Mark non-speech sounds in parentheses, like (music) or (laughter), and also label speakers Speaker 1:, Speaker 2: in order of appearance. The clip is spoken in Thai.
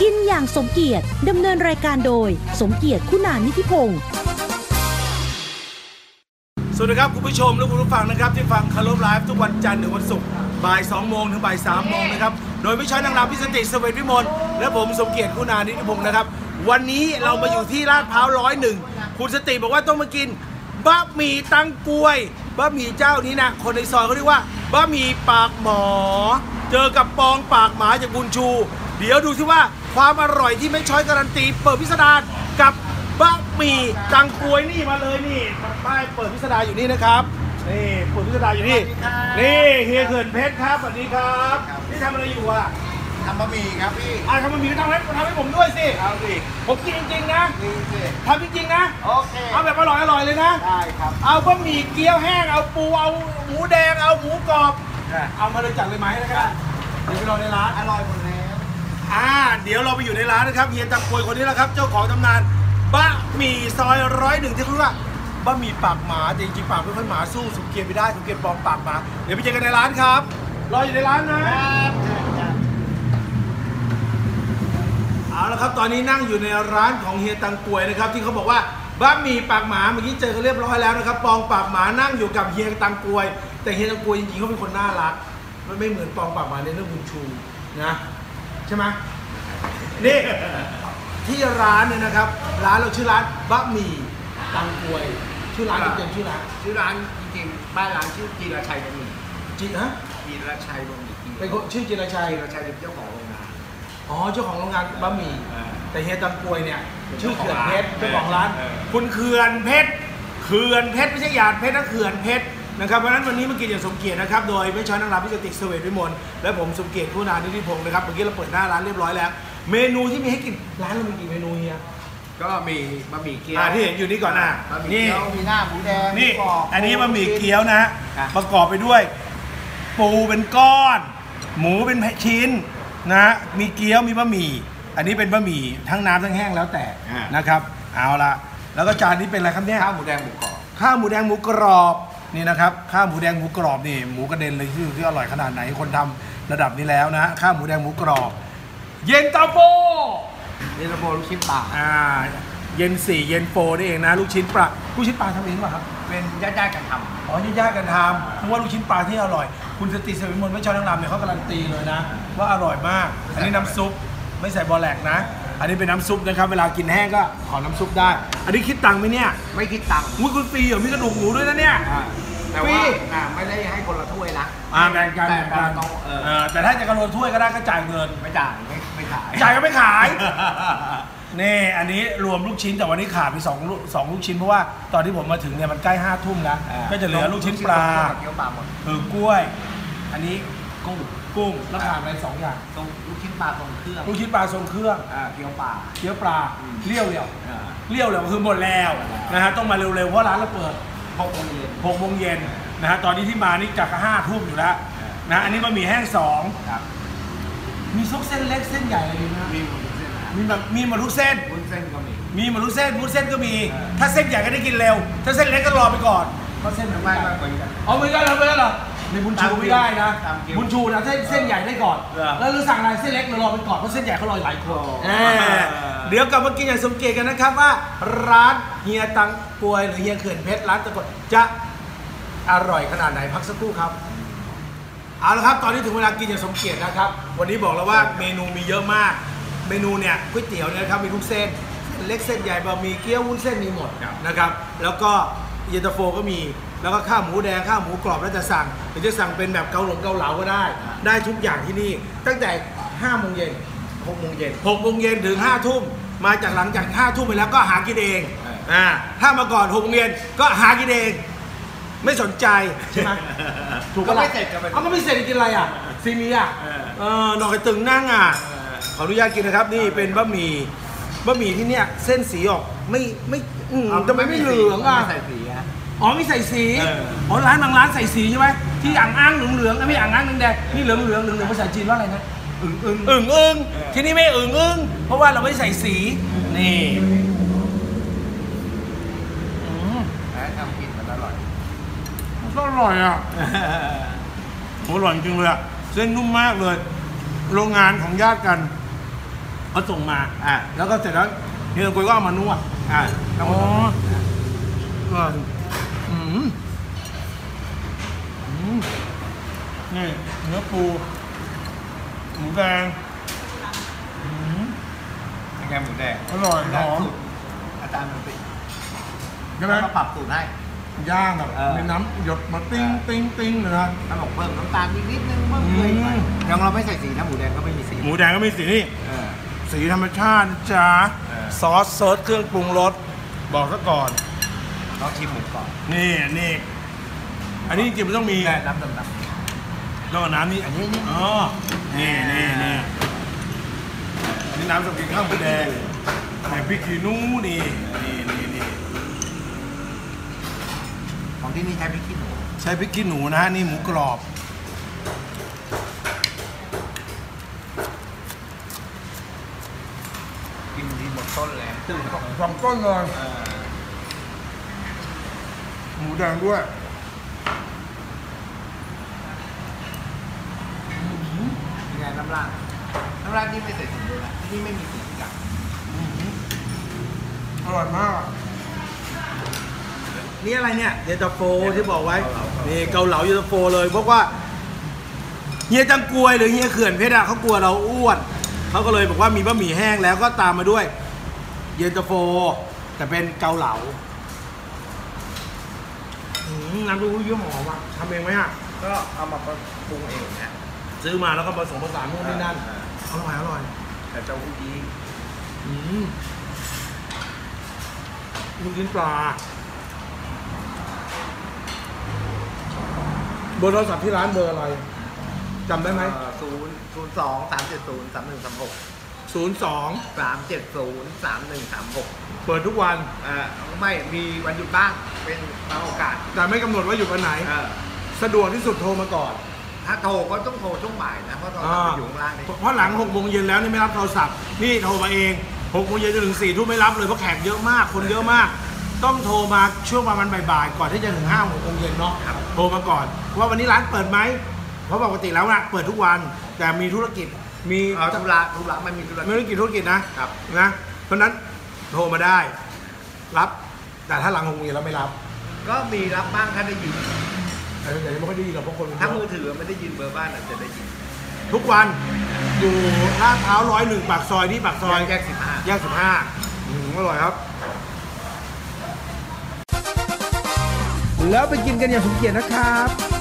Speaker 1: กินอย่างสมเกียรติดำเนินรายการโดย สมเกียรติคุณานิธิพงศ์
Speaker 2: สวัสดีครับ คุณผู้ชมและคุณผู้ฟังนะครับ ที่ฟังคารลไลฟ์ทุกวันจันทร์ถึงวันศุกร์บ่าย2โมงถึงบ่าย3โมงนะครับ โดยพี่ช้อยนางรำพิสติสเวทวิมลและผมสมเกียรติคุณานิธิพงศ์นะครับ วันนี้เรามาอยู่ที่ลาดพร้าวร้อยหนึ่งคุณสติบอกว่าต้องมากินบะหมี่ตังกวย บะหมี่เจ้านี้นะ คนในซอยเขาเรียกว่าบะหมี่ปากหมอ เจอกับปองปากหมาจากบุญชู เดี๋ยวดูสิว่าความอร่อยที่ไม่ช้อยการันตี เปิดพิสดารกับบะหมี่ตังกวยนี่มาเลยนี่ป้ายเปิดพิสดารอยู่นี่นะครับนี่เปิดพิสดารอยู่นี่นี่เฮียเขื่อนเพชรครับสวัสดีครับนี่ทำอะไรอยู่อ่ะ
Speaker 3: ทำบะหมี่ครับพี่
Speaker 2: อ่ะทำบะหมี่ก็ทำให้ทำให้ผมด้วยสิ
Speaker 3: เอาสิ
Speaker 2: ผมกินจริงๆนะ
Speaker 3: นี่สิ
Speaker 2: ทำจริงๆนะ
Speaker 3: โอเค
Speaker 2: เอาแบบอร่อยอร่อยๆเลยนะ
Speaker 3: ได้ครับ
Speaker 2: เอาบะหมี่เกี๊ยวแห้งเอาปูเอาหมูแดงเอาหมูกรอบ
Speaker 3: นะ
Speaker 2: เอามาเลยจัดเลยไหมนะครับเดี๋ยวไปรอในร้าน
Speaker 3: อร่อยหมดแล้ว
Speaker 2: อ่าเดี๋ยวเราไปอยู่ในร้านนะครับเฮียตังควยคนนี้แหละครับ เจ้าของตำนานบะหมี่ซอยร้อยหนึ่งที่เขาเรียกว่าบะหมี่ปากหมาแต่จริงๆปากไม่ค่อยหมาสู้สมเกียรติไม่ได้สมเกียรติปลอมปากหมาเดี๋ยวไปเจอกันในร้านครับรออยู่ในร้านนะเอาละครับตอนนี้นั่งอยู่ในร้านของเฮียตังควยนะครับที่เขาบอกว่าบะหมี่ปากหมาเมื่อกี้เจอกันเรียบร้อยแล้วนะครับปองปากหมานั่งอยู่กับเฮียตังควย แต่เฮียตังควยจริงๆเขาเป็นคนน่ารักมันไม่เหมือนปองปากหมาในเรื่องบุญชูนะใช่ไหม นี่ที่ร้านเนี่ยนะครับ ร้านเราชื่อร้านบะหมี่ตังกวย ชื่อร้านเต็มๆชื่อร้าน
Speaker 3: ชื่อร้านจริงๆบ้านร้านชื่อกีรชัยบะหมี่
Speaker 2: จีฮะ
Speaker 3: กีรชัยบะหมี่กี
Speaker 2: เป็นคนชื่อจิรชัย
Speaker 3: กีรชัยเป็นเจ้าของโรงงาน
Speaker 2: อ๋อเจ้าของโรงงานบะหมี่
Speaker 3: อ่า
Speaker 2: แต่เฮียตังกวยเนี่ยชื่อเขื่อนเพชร
Speaker 3: เป็น
Speaker 2: เจ้าขอ
Speaker 3: เจ้าของง
Speaker 2: ร้า
Speaker 3: ร้าน น
Speaker 2: คุณเขื่อนเพชรเขื่อนเพชรไม่ใช่หยาดเพชรนะเขื่อนเพชรนะครับเพราะฉะนั้นวันนี้มากินอย่างสมเกียรตินะครับโดยไม่ช้อยนางรำพิจิติกเสวตวิมลและผมสมเกียรติผู้นานิติพงศ์นะครับเมื่อกี้เราเปิดหน้าร้านเรียบร้อยแล้ว เมนูที่มีให้กินร้านเรามีกี่เมนูเฮีย
Speaker 3: ก็มีบะหมี่เกี๊ยว
Speaker 2: อ่าที่เห็นอยู่นี่ก่อนอ่ะ
Speaker 3: บะหมี่เกี๊ยวมีหน้าหมูแดง
Speaker 2: นี่
Speaker 3: หมูกรบ
Speaker 2: อันนี้บะหมี่เกี๊ยวนะฮะ
Speaker 3: ค่ะ
Speaker 2: ประกอบไปด้วย ปูเป็นก้อน หมูเป็นชิ้นนะฮะมีเกี๊ยวมีบะหมี่ อันนี้เป็นบะหมี่ทั้งน้ำทั้งแห้งแล้วแต่นะครับ เอาละแล้วก็จานนี้เป็นอะไรครับเนี่ย
Speaker 3: ข้าวหมูแดงหมูกรอบ
Speaker 2: ข้าวหมูแดงหมูกรอบนี่นะครับข้าวหมูแดงหมูกรอบนี่หมูกระเด็นเลยที่ที่อร่อยขนาดไหนคนทำระดับนี้แล้วนะฮะข้าวหมูแดงหมูกรอบ เย็นตาโฟ
Speaker 3: เย็นตาโฟลูกชิ้นปลา
Speaker 2: อ่าเย็นสี่เย็นโฟนี่เองนะลูกชิ้นปลาลูกชิ้นปลาทำเองป่ะครับ
Speaker 3: เป็นญาติๆกันทำ
Speaker 2: อ๋อญาติๆกันทำเพราะว่าลูกชิ้นปลาที่อร่อย คุณสติสวิมลไม่ชอบนางรำเนี่ยเขาการันตีเลยนะ ว่าอร่อยมาก อันนี้น้ำซุปไม่ใส่บอแหลกนะ อันนี้เป็นน้ำซุปนะครับ เวลากินแห้งก็ขอน้ำซุปได้ อันนี้คิดตังค์ไหมเนี่ย
Speaker 3: ไม่คิดตังค์
Speaker 2: อุ้ยคุณฟรีเหรอมีกระดูกหมูด้วยนะเนี่ย
Speaker 3: อ่าแต่
Speaker 2: ฟรี
Speaker 3: ว่าอ่าไม่ได้ให้คนละถ้วยนะ
Speaker 2: อ่าแบ่งกัน
Speaker 3: แต่
Speaker 2: แบ่งกั
Speaker 3: แต่ละ
Speaker 2: น
Speaker 3: โต๊ะเออ
Speaker 2: เออแต่ถ้าจะกระโดดถ้วยก็ได้ก็จ่ายเงิน
Speaker 3: ไม่จ่ายไม่ไม่ขาย
Speaker 2: จ่ายก็ไม่ขาย นี่อันนี้รวมลูกชิ้นแต่วันนี้ขาดไปสองลูกสองลูกชิ้นเพราะว่าตอนที่ผมมาถึงเนี่ยมันใกล้ห้าทุ่มแล้ว ก็จะเหลือลูกชิ้นปลา
Speaker 3: เกี๊ยวปลาหมด
Speaker 2: เออกล้วย อันนี้
Speaker 3: กุ้ง
Speaker 2: กุ้งแล้วขาดอะไรสองอย่าง
Speaker 3: ตรงลูกชิ้นปลาตรงเครื่อง
Speaker 2: ลูกชิ้นปลาทรงเครื่อง
Speaker 3: อ่าเกี๊ยวปลา
Speaker 2: เกี๊ยวปลาเลี่ยวเลี่ยว
Speaker 3: อ่า
Speaker 2: เลี่ยวเลี่ยวคือหมดแล้วนะฮะต้องมาเร็วๆเพราะร้านเราเปิด
Speaker 3: หกโมงเย็น
Speaker 2: หกโมงเย็นนะฮะตอนนี้ที่มานี่จะห้าทุ่มอยู่แล้ว
Speaker 3: อ่าน
Speaker 2: นะอันนี้บะหมี่แห้งสอง
Speaker 3: ครับ
Speaker 2: มีซุปเส้นเล็กเส้นใหญ่อะไรดีนะ
Speaker 3: มีหมูเส้นนะ
Speaker 2: มีแบบมีหมาทุกเส้น
Speaker 3: วุ้นเส้นก็มี
Speaker 2: มีหมาทุกเส้นวุ้นเส้นก็มี
Speaker 3: อ่า
Speaker 2: ถ้าเส้นใหญ่ก็ได้กินเร็ว ถ้าเส้นเล็กก็รอไปก่อน
Speaker 3: เพราะเส้นมันไม่มากกว่านี้กัน
Speaker 2: เอาไม่ได้แล้วไม่ได้เหรอในบุญชูไม่ได้นะ
Speaker 3: ตามคิว
Speaker 2: บุญชูนะเส้นเส้นใหญ่ได้ก่อน
Speaker 3: เหรอ
Speaker 2: แล้วหรือสั่งอะไรเส้นเล็กเรารอไปก่อนเพราะเส้นใหญ่เขารอหลายคน
Speaker 3: โอ้
Speaker 2: เดี๋ยวกลับมากินอย่างสมเกียรติกันนะครับว่าร้านเฮียตังปวยหรือเฮียเขื่อนเพชรร้านตะกดจะอร่อยขนาดไหนพักสักครู่ครับเอาละครับ ตอนนี้ถึงเวลากินอย่างสมเกียรตินะครับ วันนี้บอกแล้วว่าเมนูมีเยอะมาก เมนูเนี่ยก๋วยเตี๋ยวเนี่ยนะครับมีทุกเส้นเส้นเล็กเส้นใหญ่บะหมี่เกี๊ยววุ้นเส้นมีหมดนะครับ แล้วก็เย็นตาโฟก็มีแล้วก็ข้าวหมูแดงข้าวหมูกรอบแล้วจะสั่งหรือจะสั่งเป็นแบบเกาหลงเกาเหลาก็ได้ ได้ทุกอย่างที่นี่ ตั้งแต่5โมงเย็น
Speaker 3: หกโมงเย็น
Speaker 2: หกโมงเย็นถึงห้าทุ่มมาจากหลังจากห้าทุ่มไปแล้วก็หากินเอง
Speaker 3: ใช่
Speaker 2: อ่าถ้ามาก่อนหกโมงเย็นก็หากินเอง ไม่สนใจใช่ไหม
Speaker 3: ถูกก็
Speaker 2: ปะ
Speaker 3: ไม่
Speaker 2: ล่ะ
Speaker 3: เสร็จกันไป
Speaker 2: เอาก็ไม่เสร็จกินอะไรอ่ะซีเมียอ่ะ
Speaker 3: เออ
Speaker 2: เออหนอยตึงนั่งอ่ะขออนุญาตกินนะครับนี่เป็นบะหมี่บะหมี่ที่เนี่ยเส้นสีออกไม่ไม่อืมทำไมไม่เหลืองอ่ะ
Speaker 3: ใส่สีฮะ
Speaker 2: อ๋อไม่ใส่สี
Speaker 3: เออ
Speaker 2: อ๋อร้านบางร้านใส่สีใช่ไหมที่อ่างอ้างเหลืองเหลืองๆอ่ะไม่อ่างอ้างแดงๆนี่เหลืองเหลืองเหลืองเหลืองภาษาจีนว่าอะไรนะ
Speaker 3: อึ่งอึ่ง
Speaker 2: อึ่งอึ่ง
Speaker 3: เออ
Speaker 2: ที่นี่ไม่อึ่งอึ่งเพราะว่าเราไม่ใส่สีนี่อืม
Speaker 3: นะทำกินมันอร่อย
Speaker 2: มันก็อร่อย (laughs) อ่ะโหอร่อยจริงเลยอ่ะเส้นนุ่มมากเลย โรงงานของญาติกัน เขาส่งมา
Speaker 3: อ่ะ
Speaker 2: แล้วก็เสร็จแล้วเฮียลำกวยก็เอามานวด
Speaker 3: อ่ะ
Speaker 2: อ๋อเอออืมอืมนี่เนื้อปูหมูแดงอืม
Speaker 3: เป็นไงหมูแดง
Speaker 2: อร่อยหอม
Speaker 3: สูตรอาจารย์มันติ
Speaker 2: ใช่ไหม
Speaker 3: ก็ปรับสูตรให้
Speaker 2: ย่างแบบ
Speaker 3: เออ
Speaker 2: มีน้ำหยดมาติ้งติ้งติ้งเลยนะ
Speaker 3: ถ้าบอกเพิ่มน้ำตาลนิดนิดนึงเพิ่มเกลือหน่อย
Speaker 2: อืม
Speaker 3: ยังเราไม่ใส่สีนะหมูแดงก็ไม่มีสี
Speaker 2: หมูแดงก็มีสีนี่
Speaker 3: เออ
Speaker 2: สีธรรมชาติจ้า
Speaker 3: เออ
Speaker 2: ซอสเซิร์ชเครื่องปรุงรสบอกซะก่อน
Speaker 3: ลองชิมหมูก่อน
Speaker 2: นี่นี่อันนี้จริงๆมันต้องมี
Speaker 3: ได้น้ำดำ
Speaker 2: ต้องเอาน้ำนี่อันนี้นี่อ๋อนี่นี่นี่อันนี้น้ำสกินข้าวหมูแดงใส่พริกขี้หนูนี่นี่นี่นี่
Speaker 3: ๆของที่นี่ใช้พริกขี้หนู
Speaker 2: ใช้พริกขี้หนูนะฮะนี่หมูกรอบ
Speaker 3: กินดีหมดต้นเลยซึ่งของ
Speaker 2: สองต้นเลย
Speaker 3: เออ
Speaker 2: หมูแดงด้วย
Speaker 3: เป็นไงน้ำราดน้ำราดนี่ไม่ใส่สีเลยนะที่นี่ไม่มีสีจัง
Speaker 2: อร่อยมาก นี่อะไรเนี่ยเย็นตาโฟที่บอกไว้นี่เกาเหลาเย็นตาโฟเลยเพราะว่า เฮียจังกวยหรือเฮียเขื่อนเพชรอะเขากลัวเราอ้วนเขาก็เลยบอกว่ามีบะหมี่แห้งแล้วก็ตามมาด้วย เย็นตาโฟ แต่เป็นเกาเหลาอืมน้ำเต้าหู้ยี่ห้อว่ะทำเองไหมอะ
Speaker 3: ก็เอามาปรุงเองนะ
Speaker 2: ซื้อมาแล้วก็ผสมผสานนู่นนี่นั่น
Speaker 3: เออ
Speaker 2: อร่อยอร่อย
Speaker 3: แต่เจ้าผู้ดี
Speaker 2: อืมลูกชิ้นปลาเบอร์โทรศัพท์ที่ร้านเบอร์อะไรจำได้ไหม
Speaker 3: ศูนย์ศูนย์สองสามเจ็ดศูนย์สามหนึ่งสามหก
Speaker 2: ศูนย์สอง
Speaker 3: สามเจ็ดศูนย์สามหนึ่งสามหก
Speaker 2: เปิดทุกวัน
Speaker 3: อ่าไม่มีวันหยุดบ้างเป็นบางโอกาส
Speaker 2: แต่ไม่กำหนดว่าอยู่วันไหน
Speaker 3: เออ
Speaker 2: สะดวกที่สุดโทรมาก่อน
Speaker 3: ถ้าโทรก็ต้องโทรช่วงบ่ายนะ เพราะตอน
Speaker 2: อ่า
Speaker 3: เราอยู่ข้างล่างนี่
Speaker 2: เพราะหลัง6กโมงเย็นแล้วนี่ไม่รับโทรศัพท์นี่โทรมาเอง6กโมงเย็นจนถึง4ี่ทุ่มไม่รับเลยเพราะแขกเยอะมากคนเยอะมาก ต้องโทรมาช่วงประมาณบ่ายๆก่อนที่จะถึง5้าหกโมงเย็นเนาะโทรมาก่อนว่าวันนี้ร้านเปิดไหมเพราะปกติแล้วนะเปิดทุกวันแต่มีธุรกิจมี
Speaker 3: เอาธุระธุระมันมีธุระ
Speaker 2: มีธุรกิจธุรกิจนะครับ นะเพราะฉะนั้นโทรมาได้ รับ แต่ถ้าหลังหกโมงเย็นแล้วไม่รับ
Speaker 3: ก็มีรับบ้างถ้าได้ยิน
Speaker 2: แต่ส่วนใหญ่ไม่ค่อยได้ยินหรอกเพราะคนมันเย
Speaker 3: ถ้า
Speaker 2: อะ
Speaker 3: มือถือไม่ได้ยินเบอร์บ้านอาจจะได้ยิน
Speaker 2: ทุกวันอยู่ลาดพร้าวร้อยหนึ่งปากซอยที่ปากซอย
Speaker 3: แยกสิบห้า
Speaker 2: แยกสิบห้าอร่อยครับ
Speaker 4: แล้วไปกินกันอย่างสมเกียรตินะครับ